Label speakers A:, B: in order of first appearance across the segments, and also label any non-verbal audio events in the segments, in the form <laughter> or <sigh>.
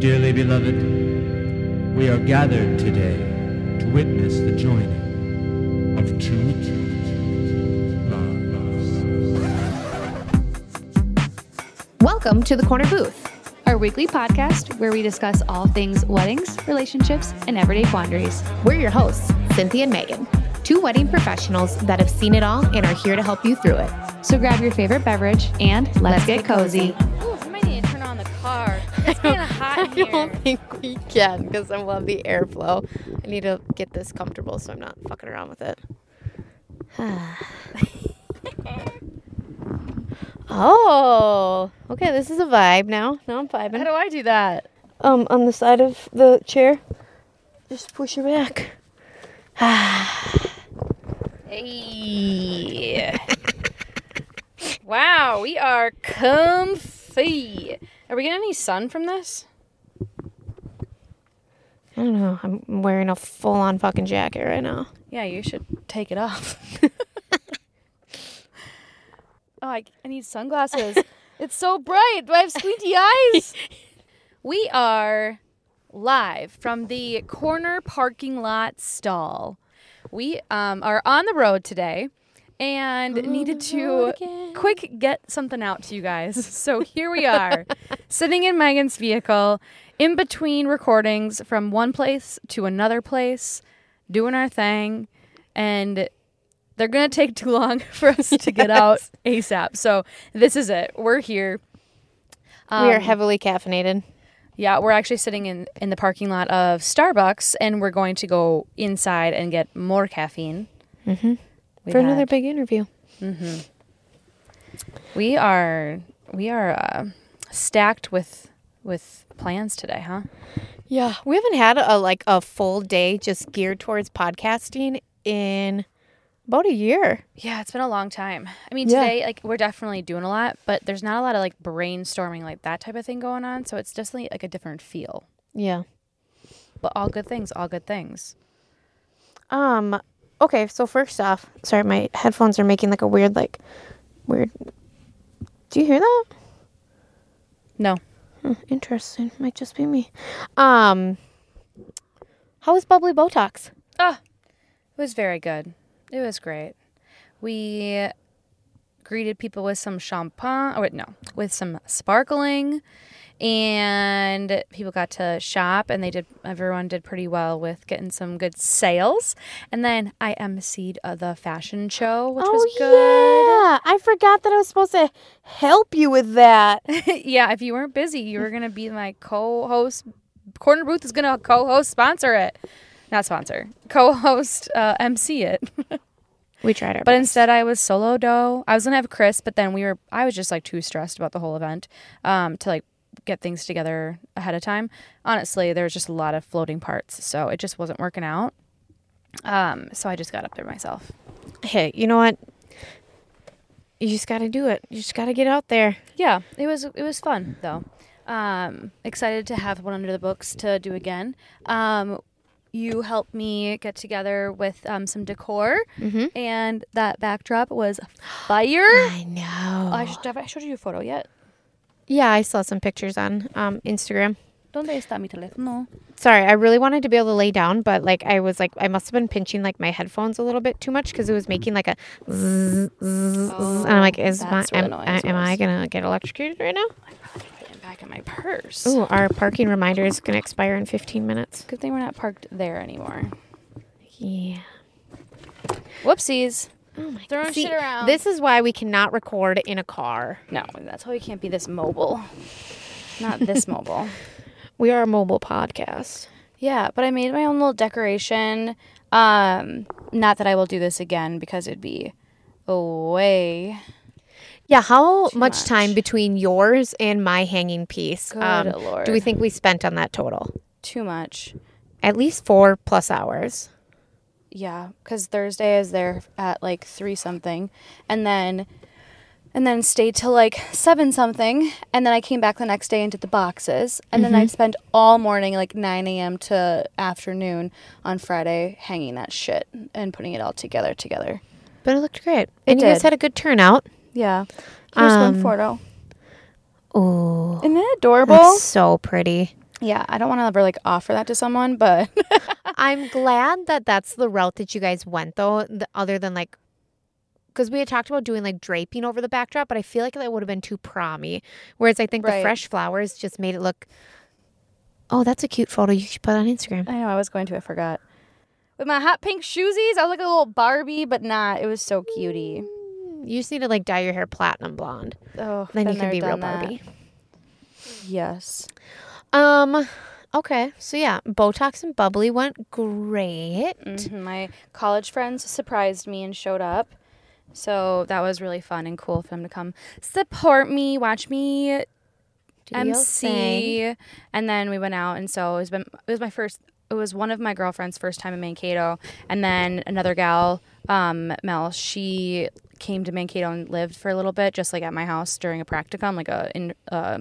A: Dearly beloved, we are gathered today to witness the joining of two lives.
B: Welcome to the Corner Booth, our weekly podcast where we discuss all things weddings, relationships, and everyday quandaries.
C: We're your hosts, Cynthia and Megan, two wedding professionals that have seen it all and are here to help you through it.
B: So grab your favorite beverage and let's, let's get, get, cozy. cozy.
D: It's kind of hot here.
E: I don't <laughs> think we can because I love the airflow. I need to get this comfortable so I'm not fucking around with it. <sighs> oh, okay. This is a vibe now. Now I'm vibing.
D: How do I do that?
E: Um, on the side of the chair. Just push your back.
D: hey. wow, we are comfy. Are we getting any sun from this?
E: I don't know. Oh, I'm wearing a full on fucking jacket right now.
D: Yeah, you should take it off. <laughs> oh, I, I, need sunglasses. it's so bright. Do I have squinty eyes? we are live from the corner parking lot stall. We um, are on the road today and on needed to quick get something out to you guys. <laughs> So here we are, sitting in Megan's vehicle, in between recordings from one place to another place, doing our thing, and they're gonna take too long <laughs> for us yes. to get out ASAP. So this is it. We're here.
E: Um, we are heavily caffeinated.
D: Yeah, we're actually sitting in, in the parking lot of Starbucks, and we're going to go inside and get more caffeine.
E: Mm-hmm. We for had. another big interview.
D: Mm-hmm. We are we are uh, stacked with with plans today, huh?
E: Yeah, we haven't had a like a full day just geared towards podcasting in about a year.
D: Yeah, it's been a long time. I mean, today yeah. like we're definitely doing a lot, but there's not a lot of like brainstorming like that type of thing going on, so it's definitely like a different feel.
E: Yeah.
D: But all good things, all good things.
E: Um, okay so first off sorry my headphones are making like a weird like weird do you hear that
D: no
E: hmm, interesting might just be me um how was bubbly botox
D: ah oh, it was very good it was great we greeted people with some champagne or wait no with some sparkling and people got to shop and they did everyone did pretty well with getting some good sales and then i emceed uh, the fashion show which oh, was good
E: yeah i forgot that i was supposed to help you with that
D: yeah if you weren't busy you were gonna be my co-host corner booth is gonna co-host sponsor it not sponsor co-host uh, mc it
E: We tried our
D: But
E: best.
D: instead I was solo dough. I was gonna have Chris, but then we were I was just like too stressed about the whole event, um, to like get things together ahead of time. Honestly, there was just a lot of floating parts, so it just wasn't working out. Um, so I just got up there myself.
E: Hey, you know what? You just got to do it. You just got to get out there.
D: Yeah, it was it was fun though. Um, excited to have one under the books to do again. Um, you helped me get together with um, some decor, mm-hmm. and that backdrop was fire.
E: I know.
D: Oh, I should, have I showed you a photo yet?
E: Yeah, I saw some pictures on um, Instagram.
D: ¿Dónde está mi teléfono?
E: Sorry, I really wanted to be able to lay down, but like I was like I must have been pinching like my headphones a little bit too much because it was making like a zzz, zzz, Mm-hmm. oh, and I'm like, is my am, I, am I gonna get electrocuted right now?
D: I'm probably gonna put it back in my purse.
E: Ooh, our parking reminder is gonna expire in 15 minutes.
D: Good thing we're not parked there anymore.
E: Yeah.
D: Whoopsies.
E: Oh my Throwing God. See, shit around. This is why we cannot record in a car.
D: No, that's why we can't be this mobile. Not <laughs> this mobile.
E: We are a mobile podcast.
D: Yeah, but I made my own little decoration. Um, not that I will do this again because it'd be away.
E: Yeah, how much, much, time between yours and my hanging piece?
D: Good um, Lord.
E: Do we think we spent on that total?
D: Too much.
E: At least four plus hours.
D: Yeah, because Thursday is there at like three something, and then, and then stayed till like seven something, and then I came back the next day and did the boxes, and mm-hmm. then I spent all morning like nine a.m. to afternoon on Friday hanging that shit and putting it all together together.
E: But it looked great, and it you did. guys had a good turnout.
D: Yeah, here's um, one photo.
E: Oh,
D: isn't that adorable?
E: so pretty.
D: Yeah, I don't want to ever like offer that to someone, but <laughs>
E: I'm glad that that's the route that you guys went, though, the, other than like, because we had talked about doing like draping over the backdrop, but I feel like that would have been too promy. Whereas I think the
D: Right.
E: fresh flowers just made it look, oh, that's a cute photo you should put on Instagram.
D: I know I was going to, I forgot. With my hot pink shoesies, I was like a little Barbie, but not. It was so cutie.
E: You just need to like dye your hair platinum blonde.
D: Oh,
E: Then
D: been
E: you can
D: there,
E: be real
D: done that.
E: Barbie.
D: Yes. <laughs>
E: Um, okay. So yeah, Botox and bubbly went great.
D: Mhm, My college friends surprised me and showed up. So that was really fun and cool for them to come support me, watch me
E: Do your thing.
D: MC. And then we went out and so it was been it was my first it was one of my girlfriend's first time in Mankato and then another gal, um, Mel, she came to Mankato and lived for a little bit just like at my house during a practicum, like a in, uh,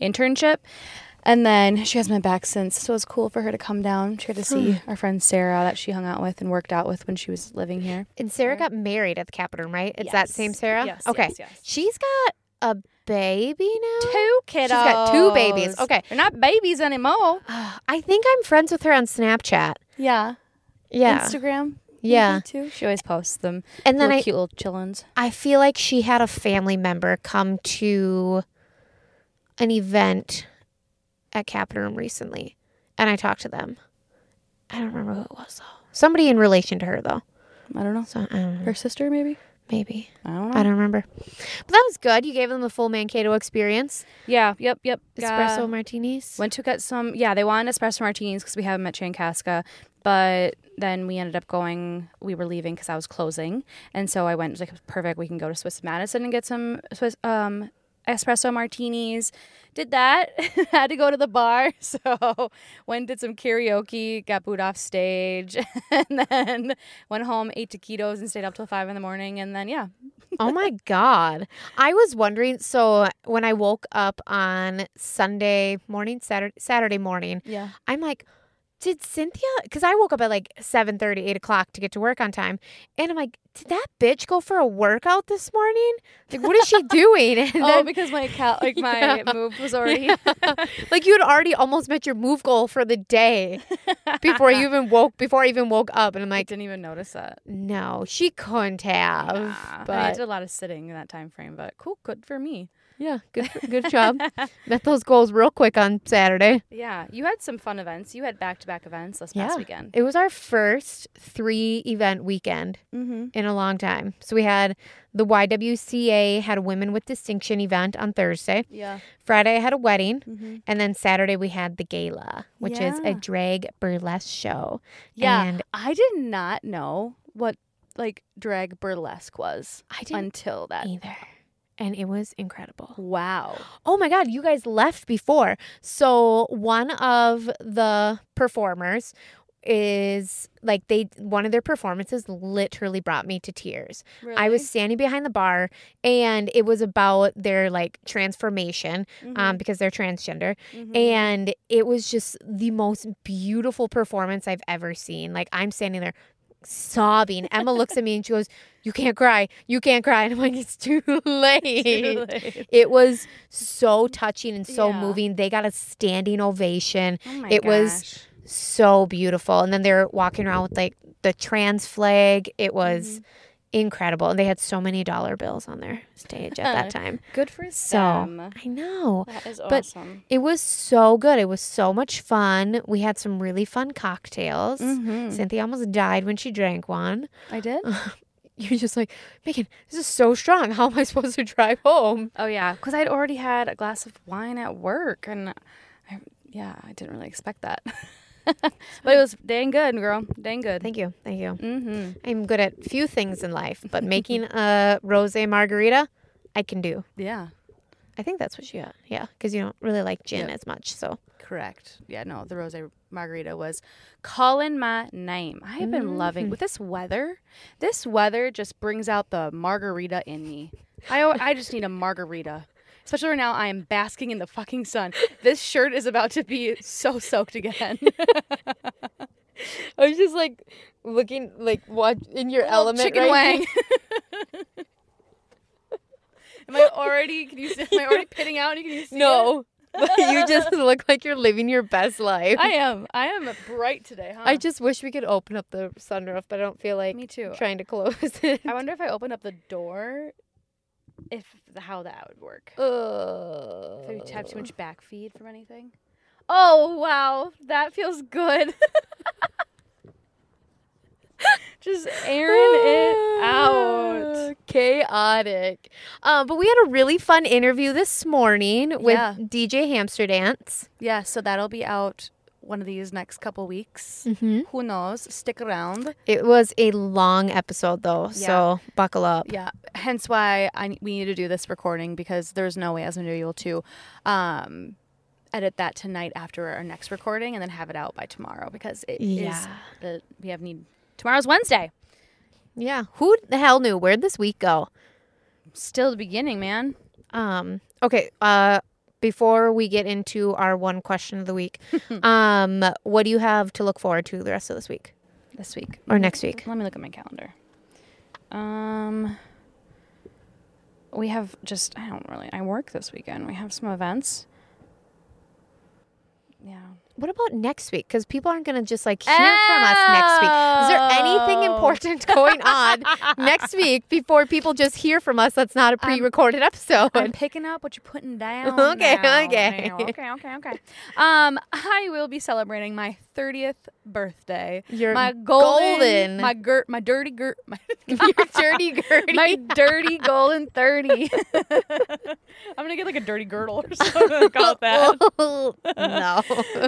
D: internship. And then she has my back since, so it was cool for her to come down. She got to see our friend Sarah that she hung out with and worked out with when she was living here.
E: And Sarah got married at the Capitol, right? It's that same
D: Yes.
E: Sarah?
D: Yes,
E: Okay.
D: yes, yes.
E: She's got a baby now.
D: Two kiddos.
E: got two babies. Okay.
D: They're not babies anymore.
E: I think I'm friends with her on Snapchat.
D: Yeah.
E: Yeah.
D: Instagram.
E: Yeah.
D: maybe, Too. She always posts them.
E: And then
D: little
E: I-
D: cute little chillins.
E: I feel like she had a family member come to an event at Capitol Room recently, and I talked to them. I don't remember who it was though. Somebody in relation to her though.
D: I don't know.
E: So I don't know.
D: Her sister maybe.
E: Maybe
D: I don't know.
E: I don't remember. But that was good. You gave them the full Mankato experience.
D: yeah. Yep. Yep.
E: Espresso
D: Yeah.
E: martinis.
D: Went to get some. Yeah, they wanted espresso martinis because we have them at Chancasca, but then we ended up going. We were leaving because I was closing, and so I went like perfect. We can go to Swiss Madison and get some Swiss um, espresso martinis. Did that. <laughs> Had to go to the bar, <laughs> so went and did some karaoke. Got booed off stage, <laughs> and then went home, ate taquitos, and stayed up till five in the morning. And then yeah,
E: oh my god i was wondering so when i woke up on sunday morning saturday saturday morning
D: Yeah.
E: i'm like did cynthia because i woke up at like 7 8 o'clock to get to work on time and i'm like did that bitch go for a workout this morning like what is she doing <laughs>
D: <laughs>
E: and
D: oh,
E: then
D: because my cal-
E: <laughs>
D: like my move was already. <laughs>
E: like you had already almost met your move goal for the day
D: <laughs>
E: before you even woke before i even woke up and i'm
D: I
E: like
D: didn't even notice that.
E: no she couldn't have
D: Ah, I, mean, I
E: but
D: did a lot of sitting in that time frame, but cool, good for me.
E: yeah good good job met those goals real quick on saturday
D: Yeah, you had some fun events. You had back to back events this past weekend.
E: It was our first three event weekend
D: Mm-hmm.
E: in a long time. So we had the YWCA had a Women with Distinction event on Thursday.
D: Yeah. mm-hmm.
E: Friday I had a wedding. And then Saturday we had the gala, which is a
D: Yeah.
E: drag burlesque show.
D: Yeah.
E: And
D: I did not know what like drag burlesque was
E: I didn't e-,
D: until that.
E: either. And it was incredible.
D: Wow.
E: Oh my God, you guys left before. So one of the performers is like they one of their performances literally brought me to tears. <gasps> I was standing behind the bar and it was about their like transformation
D: Mm-hmm,
E: um, because they're transgender. And it was just the most beautiful performance I've ever seen. Like I'm standing there sobbing. Emma looks at me and she goes, You can't cry. You can't cry. And I'm like, It's too <laughs> late.
D: late.
E: It was so touching and so
D: Yeah.
E: moving. They got a standing ovation.
D: Oh my
E: it was
D: gosh.
E: so beautiful. And then they're walking around with like the trans flag. It was incredible. And they had so many dollar bills on their stage at <laughs> that time.
D: good for
E: So
D: them.
E: I know.
D: That is
E: but-
D: awesome.
E: It was so good. It was so much fun. We had some really fun cocktails. Cynthia almost died when she drank one. <laughs>
D: I did.
E: You're just like, Megan, this is so strong. How am I supposed to drive home?
D: Oh yeah, because I'd already had a glass of wine at work, and I, yeah, I didn't really expect that. <laughs> but it was dang good, girl. Dang good.
E: Thank you. Thank you.
D: mm-hmm.
E: I'm good at few things in life, <laughs> but making a rose margarita, I can do.
D: Yeah.
E: I think that's what she got. Yeah, because you don't really like gin as much. So
D: Correct. Yeah, no, the rose margarita was calling my name. I have been loving with this weather. This weather just brings out the margarita in me. I al- I just need a margarita. Especially right now, I am basking in the fucking sun. This shirt is about to be so soaked again.
E: I was just like looking like what in your element.
D: Chicken
E: <laughs>
D: wang. <laughs> am I already? Can you? see- Am I already pitting out? Can you see? it?
E: <laughs> you just look like you're living your best life.
D: I am. I am bright today, huh?
E: I just wish we could open up the sunroof, but I don't feel like
D: Me too.
E: trying to close <laughs> it.
D: I wonder if I open up the door, if how that would work.
E: Ugh.
D: If I would have too
E: Uh.
D: much back feed from anything. Oh wow, that feels good. <laughs> Just airing it out.
E: Chaotic. Um, but we had a really fun interview this morning with
D: Yeah.
E: DJ Hamster Dance.
D: Yeah, so that'll be out one of these next couple weeks.
E: Mm-hmm.
D: Who knows? Stick around.
E: It was a long episode though, so buckle up.
D: Yeah, hence why I we need to do this recording because there's no way as I'm able to um, edit that tonight after our next recording and then have it out by tomorrow because it is
E: Yeah.
D: the we have need tomorrow's Wednesday.
E: Yeah. Who the hell knew? Where'd this week go?
D: Still the beginning, man.
E: Um, okay. Uh, before we get into our one question of
D: <laughs>
E: the week, um, what do you have to look forward to the rest of this week
D: This week.
E: or next week?
D: Let me look at my calendar. Um, we have just I don't really I work this weekend. We have some events. Yeah.
E: What about next week? Because people aren't going to just like hear from us next week. Is there anything
D: Oh.
E: important <laughs> going on next week before people just hear from us? That's not a
D: I'm-
E: pre-recorded episode. <laughs>
D: I'm picking up what you're putting down.
E: Okay, <laughs>
D: now.
E: okay.
D: Now, Okay, okay, okay. Um, I will be celebrating my 30th birthday.
E: Your
D: my golden,
E: golden-
D: my girt, my dirty girt, <laughs>
E: <laughs>
D: my,
E: You're dirty gurdy.
D: my dirty golden <laughs>
E: <laughs>
D: 30. I'm gonna get like a dirty girdle or <laughs> something. Call it
E: <laughs>
D: that.
E: Oh. no.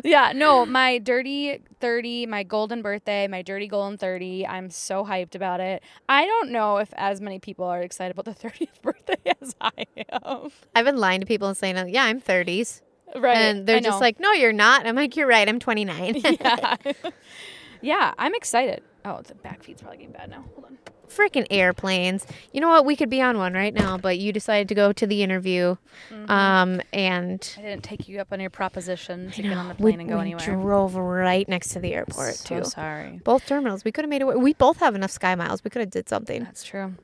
D: yeah, no, my dirty 30, my golden birthday, my dirty golden 30. I'm so hyped about it. I don't know if as many people are excited about the <laughs> 30th birthday as I am.
E: I've been lying to people and saying, yeah, I'm 30s.
D: Right.
E: And they're
D: I
E: just
D: know.
E: like, no, you're not. And I'm like, you're right.
D: <laughs>
E: I'm <laughs> 29.
D: yeah. yeah, I'm excited. Oh, the back feed's probably getting bad now. Hold on.
E: Freaking airplanes. You know what? We could be on one right now, but you decided to go to the interview.
D: Mm-hmm.
E: Um, and
D: I didn't take you up on your proposition to
E: I
D: get on
E: know,
D: the plane
E: we,
D: and go
E: we
D: anywhere.
E: drove right next to the airport,
D: so
E: too.
D: sorry.
E: Both terminals. We could have made it. We both have enough sky miles. We could have did something.
D: That's true.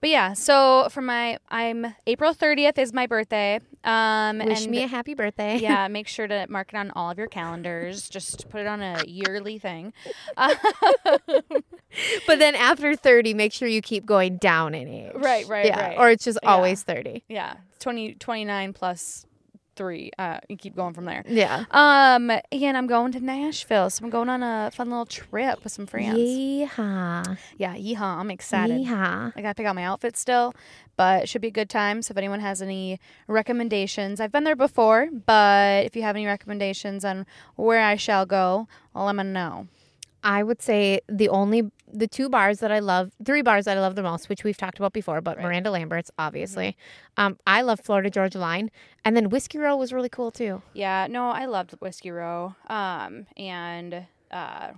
D: But yeah, so for my I'm April 30th is my birthday. Um
E: Wish
D: and
E: me a <laughs> happy birthday.
D: yeah, make sure to mark it on all of your calendars. Just put it on a yearly thing. Uh,
E: but then after 30, make sure you keep going down in age.
D: Right, right,
E: yeah.
D: right.
E: Or it's just
D: Yeah.
E: always 30.
D: yeah, 20, 29 plus three. Uh, you keep going from there.
E: Yeah.
D: Um, and I'm going to Nashville, so I'm going on a fun little trip with some friends.
E: Yeehaw.
D: Yeah, yeehaw! I'm excited.
E: Yeehaw.
D: I gotta pick out my outfit still, but it should be a good time. So if anyone has any recommendations, I've been there before, but if you have any recommendations on where I shall go, well, let me know.
E: I would say the only the two bars that I love, three bars that I love the most, which we've talked about before, but Miranda Lambert's obviously. Um, I love Florida Georgia Line, and then Whiskey Row was really cool too.
D: Yeah, no, I loved Whiskey Row, um, and uh,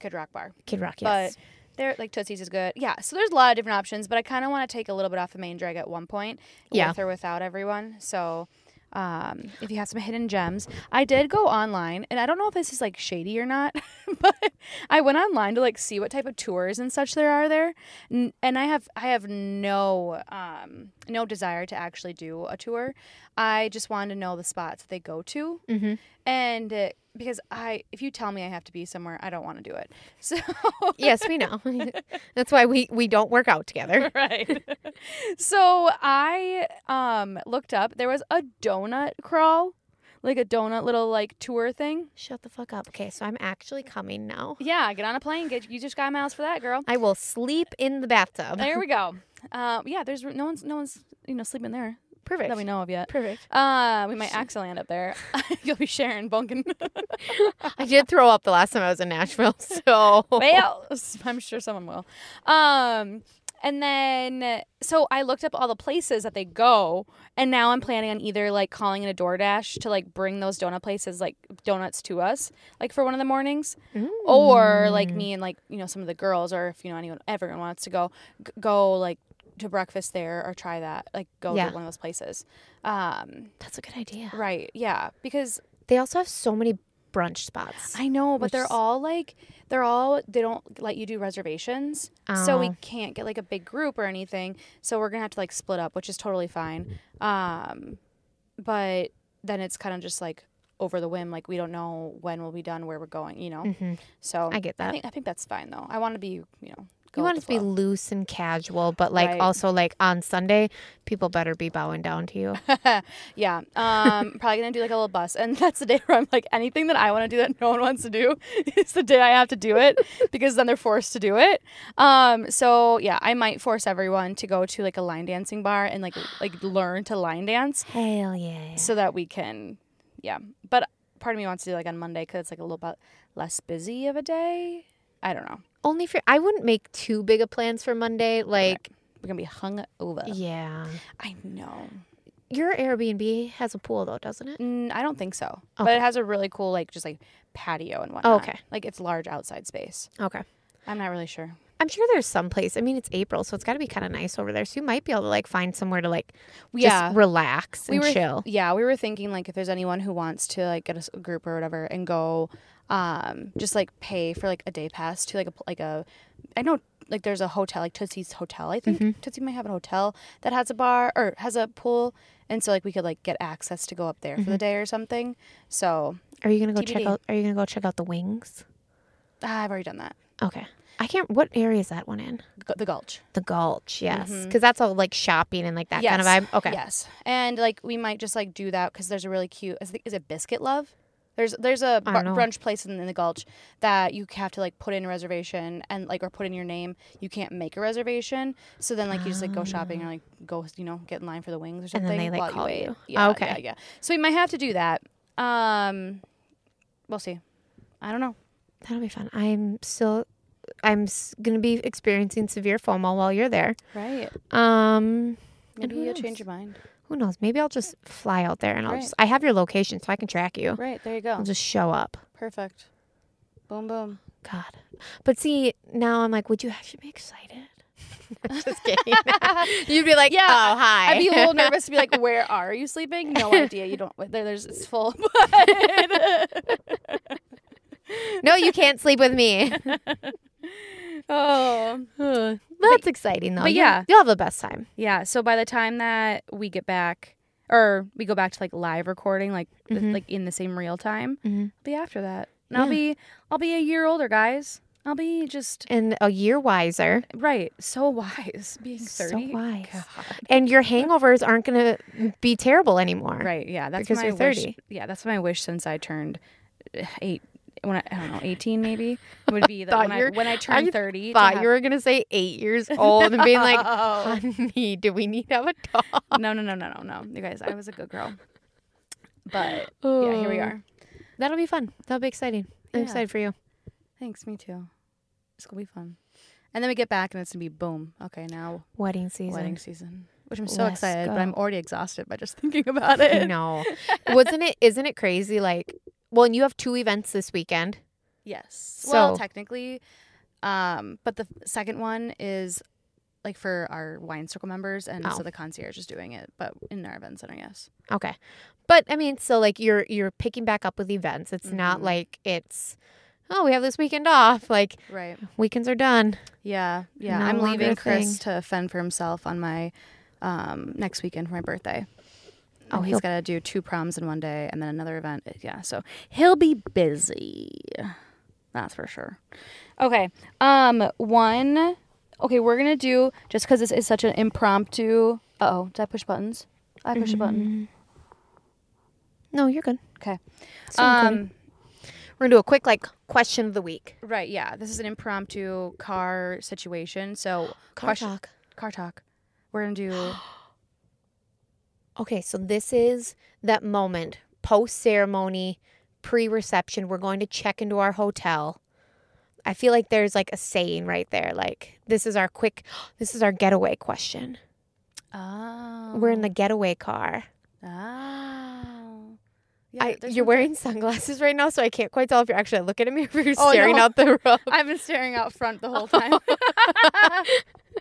D: Good Rock Bar.
E: Kid Rock, yes.
D: But they're like Tootsie's is good. Yeah, so there's a lot of different options, but I kind of want to take a little bit off the main drag at one point,
E: Yeah.
D: with or without everyone. So, um, if you have some hidden gems, I did go online, and I don't know if this is like shady or not, <laughs> but I went online to like see what type of tours and such there are there, N- and I have I have no um no desire to actually do a tour. I just wanted to know the spots that they go to, mm-hmm. and. Uh, because I, if you tell me I have to be somewhere, I don't want to do it. <laughs> So
E: yes, we know. <laughs> That's why we we don't work out <laughs> together.
D: right. so I um looked up. There was a donut crawl, like a donut little like tour thing.
E: Shut the fuck up. Okay, so I'm actually coming <laughs> now.
D: Yeah, get on a plane. Get you just got miles for that, girl.
E: I will sleep in the bathtub.
D: There we
E: <laughs>
D: go. Uh, yeah, there's no one's no one's you know sleeping there
E: Perfect.
D: that we know of yet.
E: Perfect.
D: Uh, we might actually land up there. <laughs> You'll be sharing bunking. <laughs>
E: I did throw up the last time I was in Nashville, <laughs> so
D: well, I'm sure someone will. Um, and then so I looked up all the places that they go, and now I'm planning on either like calling in a DoorDash to like bring those donut places like donuts to us, like for one of the mornings, or like me and like you know some of the girls, or if you know anyone everyone wants to go, g- go like to breakfast there or try that, like go
E: Yeah.
D: to one of those places. Um,
E: that's a good idea.
D: right? Yeah, because
E: <laughs> They also have so many brunch spots.
D: I know, but
E: which is-
D: they're all like they're all they don't let you do reservations. So we
E: Oh.
D: can't get like a big group or anything. So we're going to have to like split up, which is totally fine. Um but then it's kind of just like over the whim. Like we don't know when we'll be done, where we're going. You know. So
E: Mm-hmm. I get
D: I
E: that.
D: think, I think that's fine though. I want to be you know. Go
E: You want it
D: with
E: to
D: the
E: be
D: flow.
E: loose and casual, but like
D: Right.
E: also like on Sunday, people better be bowing down to you.
D: yeah.
E: <laughs>
D: Um, probably gonna do like a little bus, and <laughs> that's the day where I'm like, anything that I want to do that no one wants to do, <laughs> is the day I have to do
E: <laughs>
D: it because then they're forced to do it. Um, so yeah, I might force everyone to go to like a line dancing bar
E: <gasps>
D: and like like learn to line dance
E: Hell yeah.
D: so that we can, yeah. But part of me wants to do like on Monday because it's like a little bit less busy of a day. I don't know.
E: Only for I wouldn't make too big of plans for Monday. Like
D: We're gonna be hung over.
E: yeah.
D: I know.
E: Your Airbnb has a pool though, doesn't it?
D: Mm, I don't think so. But it has a really cool, like, just like patio and whatnot.
E: okay.
D: Like, it's large outside space.
E: Okay.
D: I'm not really sure.
E: I'm sure there's some place. I mean, it's April, so it's got to be kind of nice over there. So you might be able to like find somewhere to like just
D: Yeah.
E: relax and
D: were,
E: chill.
D: Yeah, we were thinking, like, if there's anyone who wants to, like, get a s- a group or whatever and go, um, just like pay for like a day pass to like a, pl- like a, I know, like, there's a hotel, like Tootsie's Hotel, I think.
E: Mm-hmm.
D: Tootsie might have a hotel that has a bar or has a pool. And so, like, we could, like, get access to go up there for
E: Mm-hmm.
D: the day or something. So,
E: Are you gonna go check
D: TBD.
E: out? Are you gonna go check out the wings?
D: ah, I've already done that.
E: Okay. I can't. What area is that one in?
D: Gu- The Gulch.
E: The Gulch. Yes, because that's all like shopping and like that kind of vibe. Okay.
D: Yes. And like we might just like do that because there's a really cute. Is, the, is it Biscuit Love? There's there's a
E: I
D: br-
E: don't know.
D: brunch place in, in the Gulch that you have to like put in a reservation and like or put in your name. You can't make a reservation, so then like you just like go shopping or like go you know get in line for the wings or
E: Ah. And
D: something.
E: then they,
D: while
E: like, call
D: wait.
E: you. Oh,
D: Yeah,
E: Okay.
D: Yeah, yeah. So we might have to do that. Um, we'll see. I don't know.
E: That'll be fun. I'm still. I'm s- gonna be experiencing severe FOMO while you're there.
D: Right?
E: Um.
D: Maybe
E: who
D: you'll
E: knows?
D: change your mind.
E: Who knows? Maybe I'll just fly out there and I'll
D: Right.
E: just. I have your location, so I can track you.
D: Right. There you
E: I'll
D: go.
E: just show up.
D: Perfect. Boom boom.
E: God. But see, now I'm like, would you actually be excited? <laughs> I'm just
D: <laughs>
E: kidding. You'd be like,
D: Yeah,
E: oh, hi.
D: I'd be a little nervous to be <laughs> like, "Where are you sleeping?" No idea. You don't. There, there's it's full. <laughs> But
E: no, you can't sleep with me.
D: <laughs> oh,
E: That's exciting, though.
D: but
E: You'll-
D: yeah.
E: You'll have the best time.
D: yeah. So by the time that we get back, or we go back to like live recording, like th-
E: Mhm.
D: like in the same real time,
E: Mhm.
D: it'll be after that, and I'll be I'll be a year older, guys. I'll be just
E: And a year wiser.
D: right. So <laughs> wise, being
E: So
D: thirty.
E: wise.
D: God.
E: And your hangovers aren't going to be terrible anymore.
D: Right. Yeah. That's
E: Because
D: my
E: you're 30.
D: Wish, yeah. That's my wish since I turned eh, eight. When I, I don't know, eighteen <laughs> maybe would be that
E: Thought
D: when I
E: you're-
D: when I turn
E: I
D: thirty. to
E: Thought
D: have-
E: you were going to say eight years old and being
D: <laughs>
E: like, honey, do we need to have a dog?
D: no, no, no, no, no, no. You guys, I was a good girl. But <laughs> yeah, here we
E: Oh.
D: are.
E: That'll be fun. That'll be exciting. I'm
D: Yeah.
E: excited for you.
D: Thanks, me too. It's gonna be fun. And then we get back and it's gonna be boom. Okay, now
E: Wedding season.
D: wedding season. Which I'm so
E: Let's
D: excited, but
E: go.
D: I'm already exhausted by just thinking about it.
E: No. Wasn't it isn't it crazy like well, and you have two events this weekend.
D: Yes. well,
E: So-
D: technically, um, but the second one is like for our wine circle members, and
E: Oh.
D: so the concierge is doing it, but in our event center, yes.
E: Okay. But I mean, so like you're you're picking back up with events. It's not
D: Mhm.
E: like it's oh, we have this weekend off. Like
D: Right.
E: weekends are done.
D: Yeah. Yeah.
E: No
D: I'm
E: longer a
D: leaving Chris to fend for himself on my um, next weekend for my birthday.
E: Oh,
D: Oh, he's
E: he'll-
D: got to do two proms in one day and then another event. Uh, Yeah, so he'll be busy. That's for sure. Okay. Um one Okay, we're going to do just cuz this is such an impromptu. Uh-oh, did I push buttons? I pushed a button.
E: No, you're good.
D: Okay.
E: recording.
D: Um
E: We're gonna do a quick like question of the week.
D: right, yeah. This is an impromptu car situation. So
E: Car
D: question-
E: talk.
D: Car talk. We're going to
E: <gasps>
D: do <gasps>
E: Okay, so this is that moment post ceremony, pre reception. We're going to check into our hotel. I feel like there's like a saying right there. Like this is our quick, <gasps> this is our getaway question.
D: Oh.
E: We're in the getaway car.
D: Oh.
E: I,
D: there's
E: you're
D: one-
E: wearing sunglasses right now, so I can't quite tell if you're actually looking at me <laughs> or if you're
D: Oh,
E: staring
D: no. <laughs>
E: out the road.
D: <laughs> I've been staring out front the whole time. <laughs>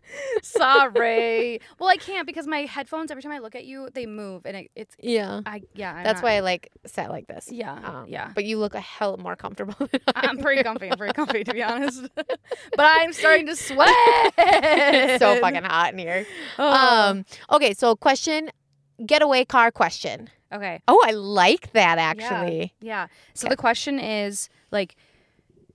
D: Sorry. Well, I can't because my headphones. Every time I look at you, they move, and it, it's.
E: Yeah,
D: I yeah. I'm
E: that's
D: not-
E: why I like sat like this.
D: Yeah.
E: Um,
D: yeah.
E: But you look a hell more comfortable. <laughs> Than I
D: I'm
E: do.
D: pretty comfy. I'm pretty <laughs> comfy to be honest. but I'm starting <laughs> to <laughs> sweat.
E: so fucking hot in here.
D: Oh.
E: Um. Okay. So question, getaway car question.
D: Okay.
E: Oh, I like that
D: Yeah,
E: actually.
D: Yeah. So the question is like,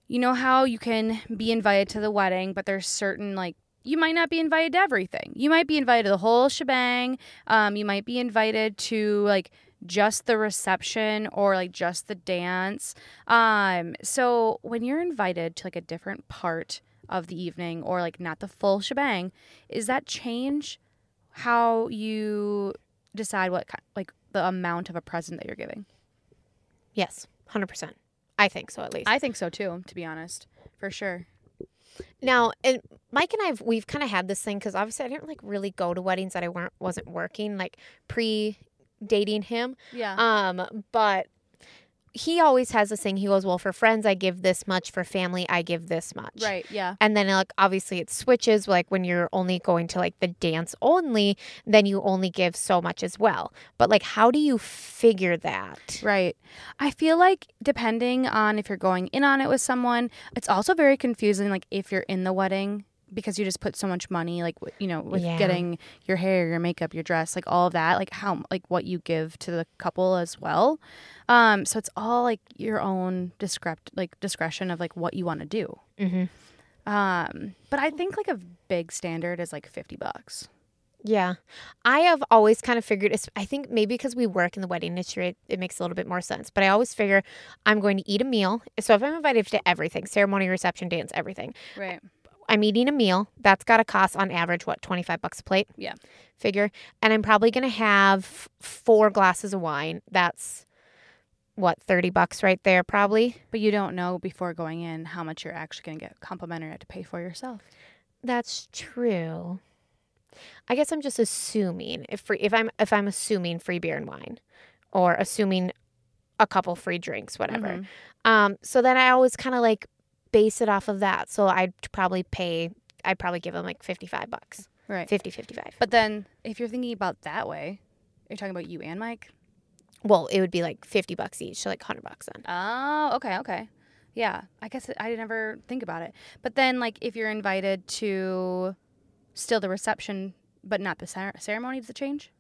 D: you know how you can be invited to the wedding, but there's certain like you might not be invited to everything. You might be invited to the whole shebang. Um, you might be invited to like just the reception or like just the dance. Um, so when you're invited to like a different part of the evening or like not the full shebang, is that change how you decide what kind, like the amount of a present that you're giving?
E: Yes, hundred percent. I think so at least.
D: I think so too, to be honest, for sure.
E: Now, and Mike and I've we've kind of had this thing because obviously I didn't like really go to weddings that I weren't wasn't working like pre dating him.
D: Yeah.
E: Um, but he always has this thing. He goes, "Well, for friends I give this much, for family I give this much."
D: right. Yeah.
E: And then like obviously it switches like when you're only going to like the dance only, then you only give so much as well. But like how do you figure that?
D: Right. I feel like depending on if you're going in on it with someone, it's also very confusing. Like if you're in the wedding because you just put so much money, like w- you know, with
E: Yeah.
D: getting your hair, your makeup, your dress, like all of that, like how, like what you give to the couple as well. Um, so it's all like your own discrept, like discretion of like what you want to do.
E: Mhm.
D: Um, but I think like a big standard is like fifty bucks.
E: Yeah. I have always kind of figured, it's- I think maybe because we work in the wedding industry, it, it makes a little bit more sense. But I always figure I'm going to eat a meal. So if I'm invited to everything ceremony, reception, dance, everything
D: Right.
E: I'm eating a meal. That's got to cost on average, what, 25 bucks a plate?
D: Yeah.
E: Figure. And I'm probably going to have f- four glasses of wine. That's what, 30 bucks right there, probably?
D: But you don't know before going in how much you're actually going to get complimentary to pay for yourself.
E: That's true. I guess I'm just assuming if free, if I'm if I'm assuming free beer and wine, or assuming a couple free drinks, whatever.
D: Mhm.
E: Um, so then I always kind of like base it off of that. So I'd probably pay. I'd probably give them like fifty five bucks,
D: Right.
E: 50, 55. But
D: But then if you're thinking about that way, you're talking about you and Mike?
E: well, it would be like fifty bucks each, so like hundred bucks then.
D: Oh, okay, okay. Yeah, I guess I didn't ever think about it. But then, like, if you're invited to still the reception, but not the cer- ceremony, does it change?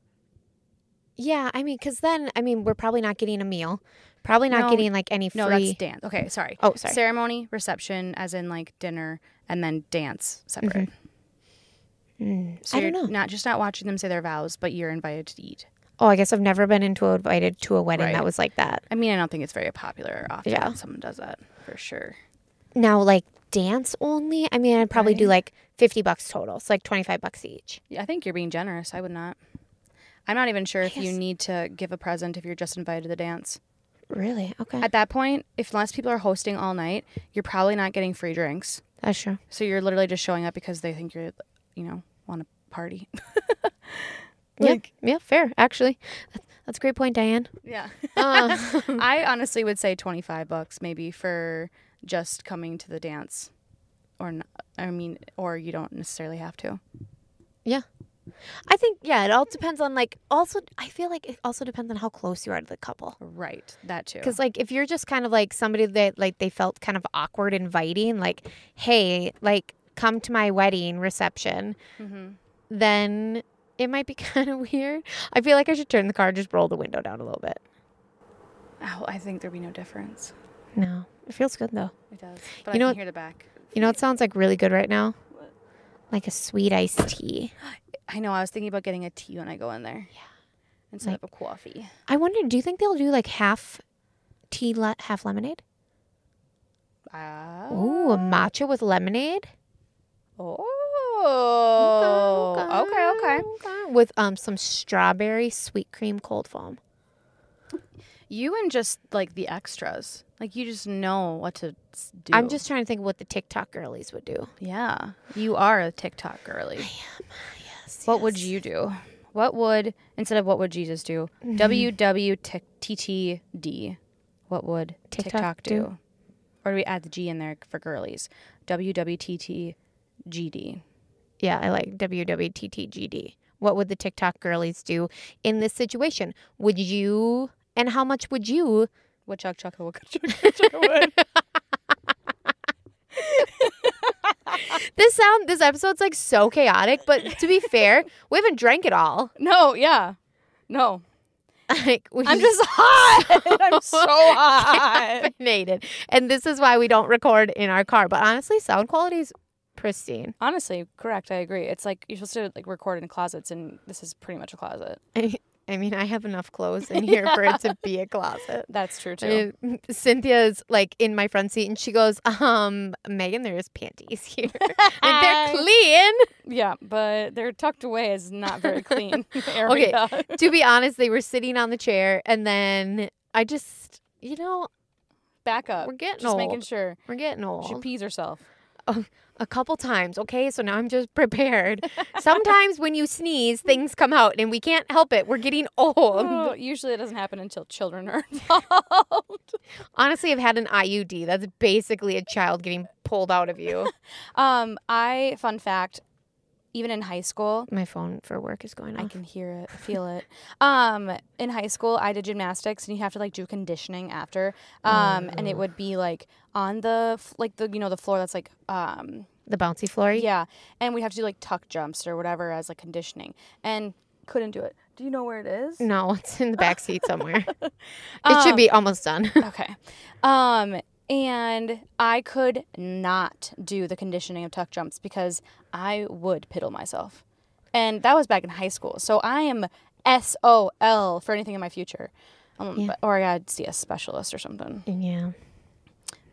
E: Yeah, I mean, because then I mean we're probably not getting a meal, probably not
D: No,
E: getting like any free.
D: No, that's dance. Okay, sorry.
E: Oh, sorry.
D: Ceremony, reception, as in like dinner, and then dance separate.
E: Mm,
D: So
E: I don't
D: you're
E: know.
D: Not just not watching them say their vows, but you're invited to eat.
E: oh, I guess I've never been into invited to a wedding
D: Right.
E: that was like that.
D: I mean, I don't think it's very popular or often
E: Yeah.
D: that someone does that for sure.
E: Now, like dance only, I mean, I'd probably do like 50 bucks total. So, like 25 bucks each.
D: Yeah, I think you're being generous. I would not. I'm not even sure if you
E: guess-
D: need to give a present if you're just invited to the dance.
E: Really? Okay.
D: At that point, if unless people are hosting all night, you're probably not getting free drinks.
E: That's true.
D: So you're literally just showing up because they think you're, you know, want to party.
E: yeah. Yeah. Fair. Actually, That's- that's a great point, Diane.
D: Yeah.
E: Uh,
D: <laughs> I honestly would say 25 bucks maybe for just coming to the dance or n I I mean or you don't necessarily have to.
E: I think, yeah, it all depends on like, also, I feel like it also depends on how close you are to the couple.
D: Right. That too.
E: Because, like, if you're just kind of like somebody that like they felt kind of awkward inviting, like, hey, like, come to my wedding reception, Mm-hmm.
D: Mhm.
E: then it might be <laughs> kind of weird. I feel like I should turn the car, just roll the window down a little bit.
D: Oh, I think there'd be no difference.
E: No, it feels good though.
D: It does. But I
E: You know
D: can
E: what-
D: hear the back.
E: You know what sounds like really good right now? Like a sweet iced tea.
D: I know. I was thinking about getting a tea when I go in there. Yeah. Instead of a coffee.
E: I wonder, do you think they'll do like half tea, le- half lemonade?
D: Ah.
E: Ooh, a matcha with lemonade.
D: Oh. Okay, okay.
E: With um some strawberry sweet cream cold foam.
D: You and just like the extras. Like you just know what to s- do.
E: I'm just <laughs> trying to think of what the TikTok girlies would do.
D: Yeah. You are a TikTok girly. I am. Yes. What would you do? What would instead of what would Jesus do? WWTTD. What would TikTok,
E: TikTok
D: do?
E: do?
D: Or do we add the G in there for girlies? WWTTGD.
E: Yeah, I like WWTTGD. What would the TikTok girlies do in this situation? Would you and how much would you
D: What chuck chuck what chuck
E: This sound this episode's like so chaotic, but to be fair, we haven't drank it all.
D: No, yeah. No.
E: like we
D: <laughs> I'm
E: <laughs>
D: just hot. <laughs> I'm so hot.
E: caffeinated. And this is why we don't record in our car. But honestly, sound quality is pristine.
D: <laughs> Honestly, correct. I agree. It's like you're supposed to like record in closets, and this is pretty much a closet.
E: <laughs> I, I mean, I have enough clothes in here for <laughs> it to be a closet.
D: That's true too.
E: I mean, <laughs> Cynthia's like in my front seat and she goes, um, Megan, there's panties <laughs> here. like they're <laughs> clean.
D: yeah, but they're tucked away is not very clean <laughs> area.
E: to be honest, they were sitting on the chair and then I just, you know,
D: Back up.
E: We're getting
D: just making
E: old.
D: sure
E: we're getting
D: she
E: old.
D: pees herself.
E: a couple times. Okay, so now I'm just prepared. Sometimes when you sneeze, things come out and we can't help it. We're getting old.
D: <laughs> Oh, usually it doesn't happen until children are <laughs> involved.
E: Honestly, I've had an IUD. That's basically a child getting pulled out of you.
D: um, I fun fact, even in high school,
E: My phone for work is going
D: I
E: off.
D: can hear it, feel it. Um, in high school, I did gymnastics, and you have to like do conditioning after. Um, and it would be like on the f- like the you know the floor that's like um
E: The bouncy floor.
D: yeah, and we have to do like tuck jumps or whatever as like conditioning, and couldn't do it. Do you know where it is?
E: No, it's in the back seat
D: <laughs>
E: somewhere. it should
D: Um,
E: be almost done.
D: Okay. Um, and I could not do the conditioning of tuck jumps because I would piddle myself. And that was back in high school. So I am SOL for anything in my future. Um, but- or I gotta see a specialist or something.
E: yeah.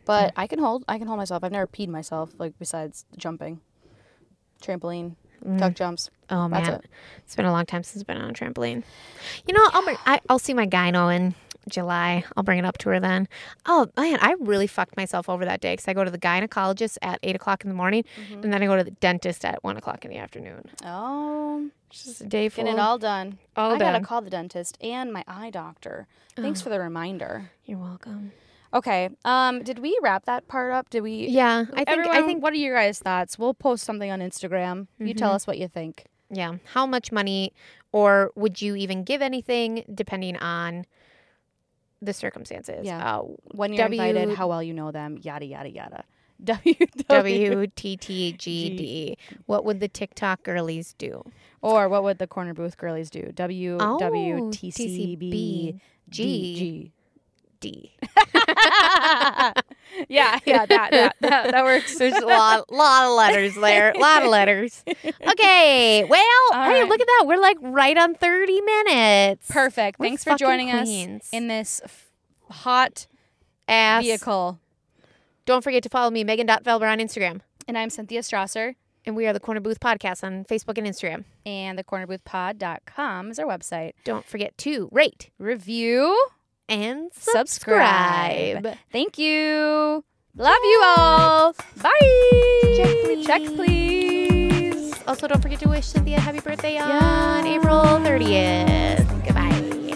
D: But I can hold I can hold myself. I've never peed myself, like besides jumping. Trampoline, tuck jumps.
E: Oh
D: That's
E: man,
D: it.
E: it's been a long time since I've been on a trampoline. You know, I'll bring, I, I'll see my gyno in July. I'll bring it up to her then. Oh man, I really fucked myself over that day because I go to the gynecologist at eight o'clock in the morning,
D: Mm-hmm.
E: and then I go to the dentist at one o'clock in the afternoon.
D: Oh
E: It's just a day full.
D: getting it all done.
E: All
D: I gotta
E: done. Oh.
D: call the dentist and my eye doctor. Thanks for the reminder.
E: You're welcome.
D: Okay. Um, did we wrap that part up? Did we?
E: Yeah, I think
D: Everyone,
E: I think Mm-hmm.
D: What are your guys' thoughts? We'll post something on Instagram. You tell us what you think.
E: yeah. How much money, or would you even give anything, depending on the circumstances?
D: Yeah.
E: Uh,
D: When you're
E: W-
D: invited, how well you know them, yada yada yada. <laughs> W <laughs>
E: W T T G D. What would the TikTok girlies do?
D: or what would the corner booth girlies do? W
E: Oh,
D: W T C B
E: G.
D: G G.
E: D.
D: Yeah, yeah, that that that, that works.
E: There's a lot, lot of letters there. A lot of <laughs> letters. Okay. Well,
D: All
E: hey,
D: right.
E: look at that. We're like right on 30 minutes.
D: Perfect.
E: We're
D: Thanks for
E: fucking
D: joining
E: queens.
D: us in this f- hot
E: Ass.
D: vehicle.
E: Don't forget to follow me, Megan.Velber, on Instagram.
D: And I'm Cynthia Strasser.
E: And we are the Corner Booth Podcast on Facebook and Instagram.
D: and thecornerboothpod.com is our website.
E: Don't forget to rate
D: Review,
E: and subscribe.
D: subscribe. Thank you. Love you all. Bye. Check, please.
E: Also, don't forget to wish Cynthia a happy birthday
D: Yes.
E: on April 30th. Goodbye.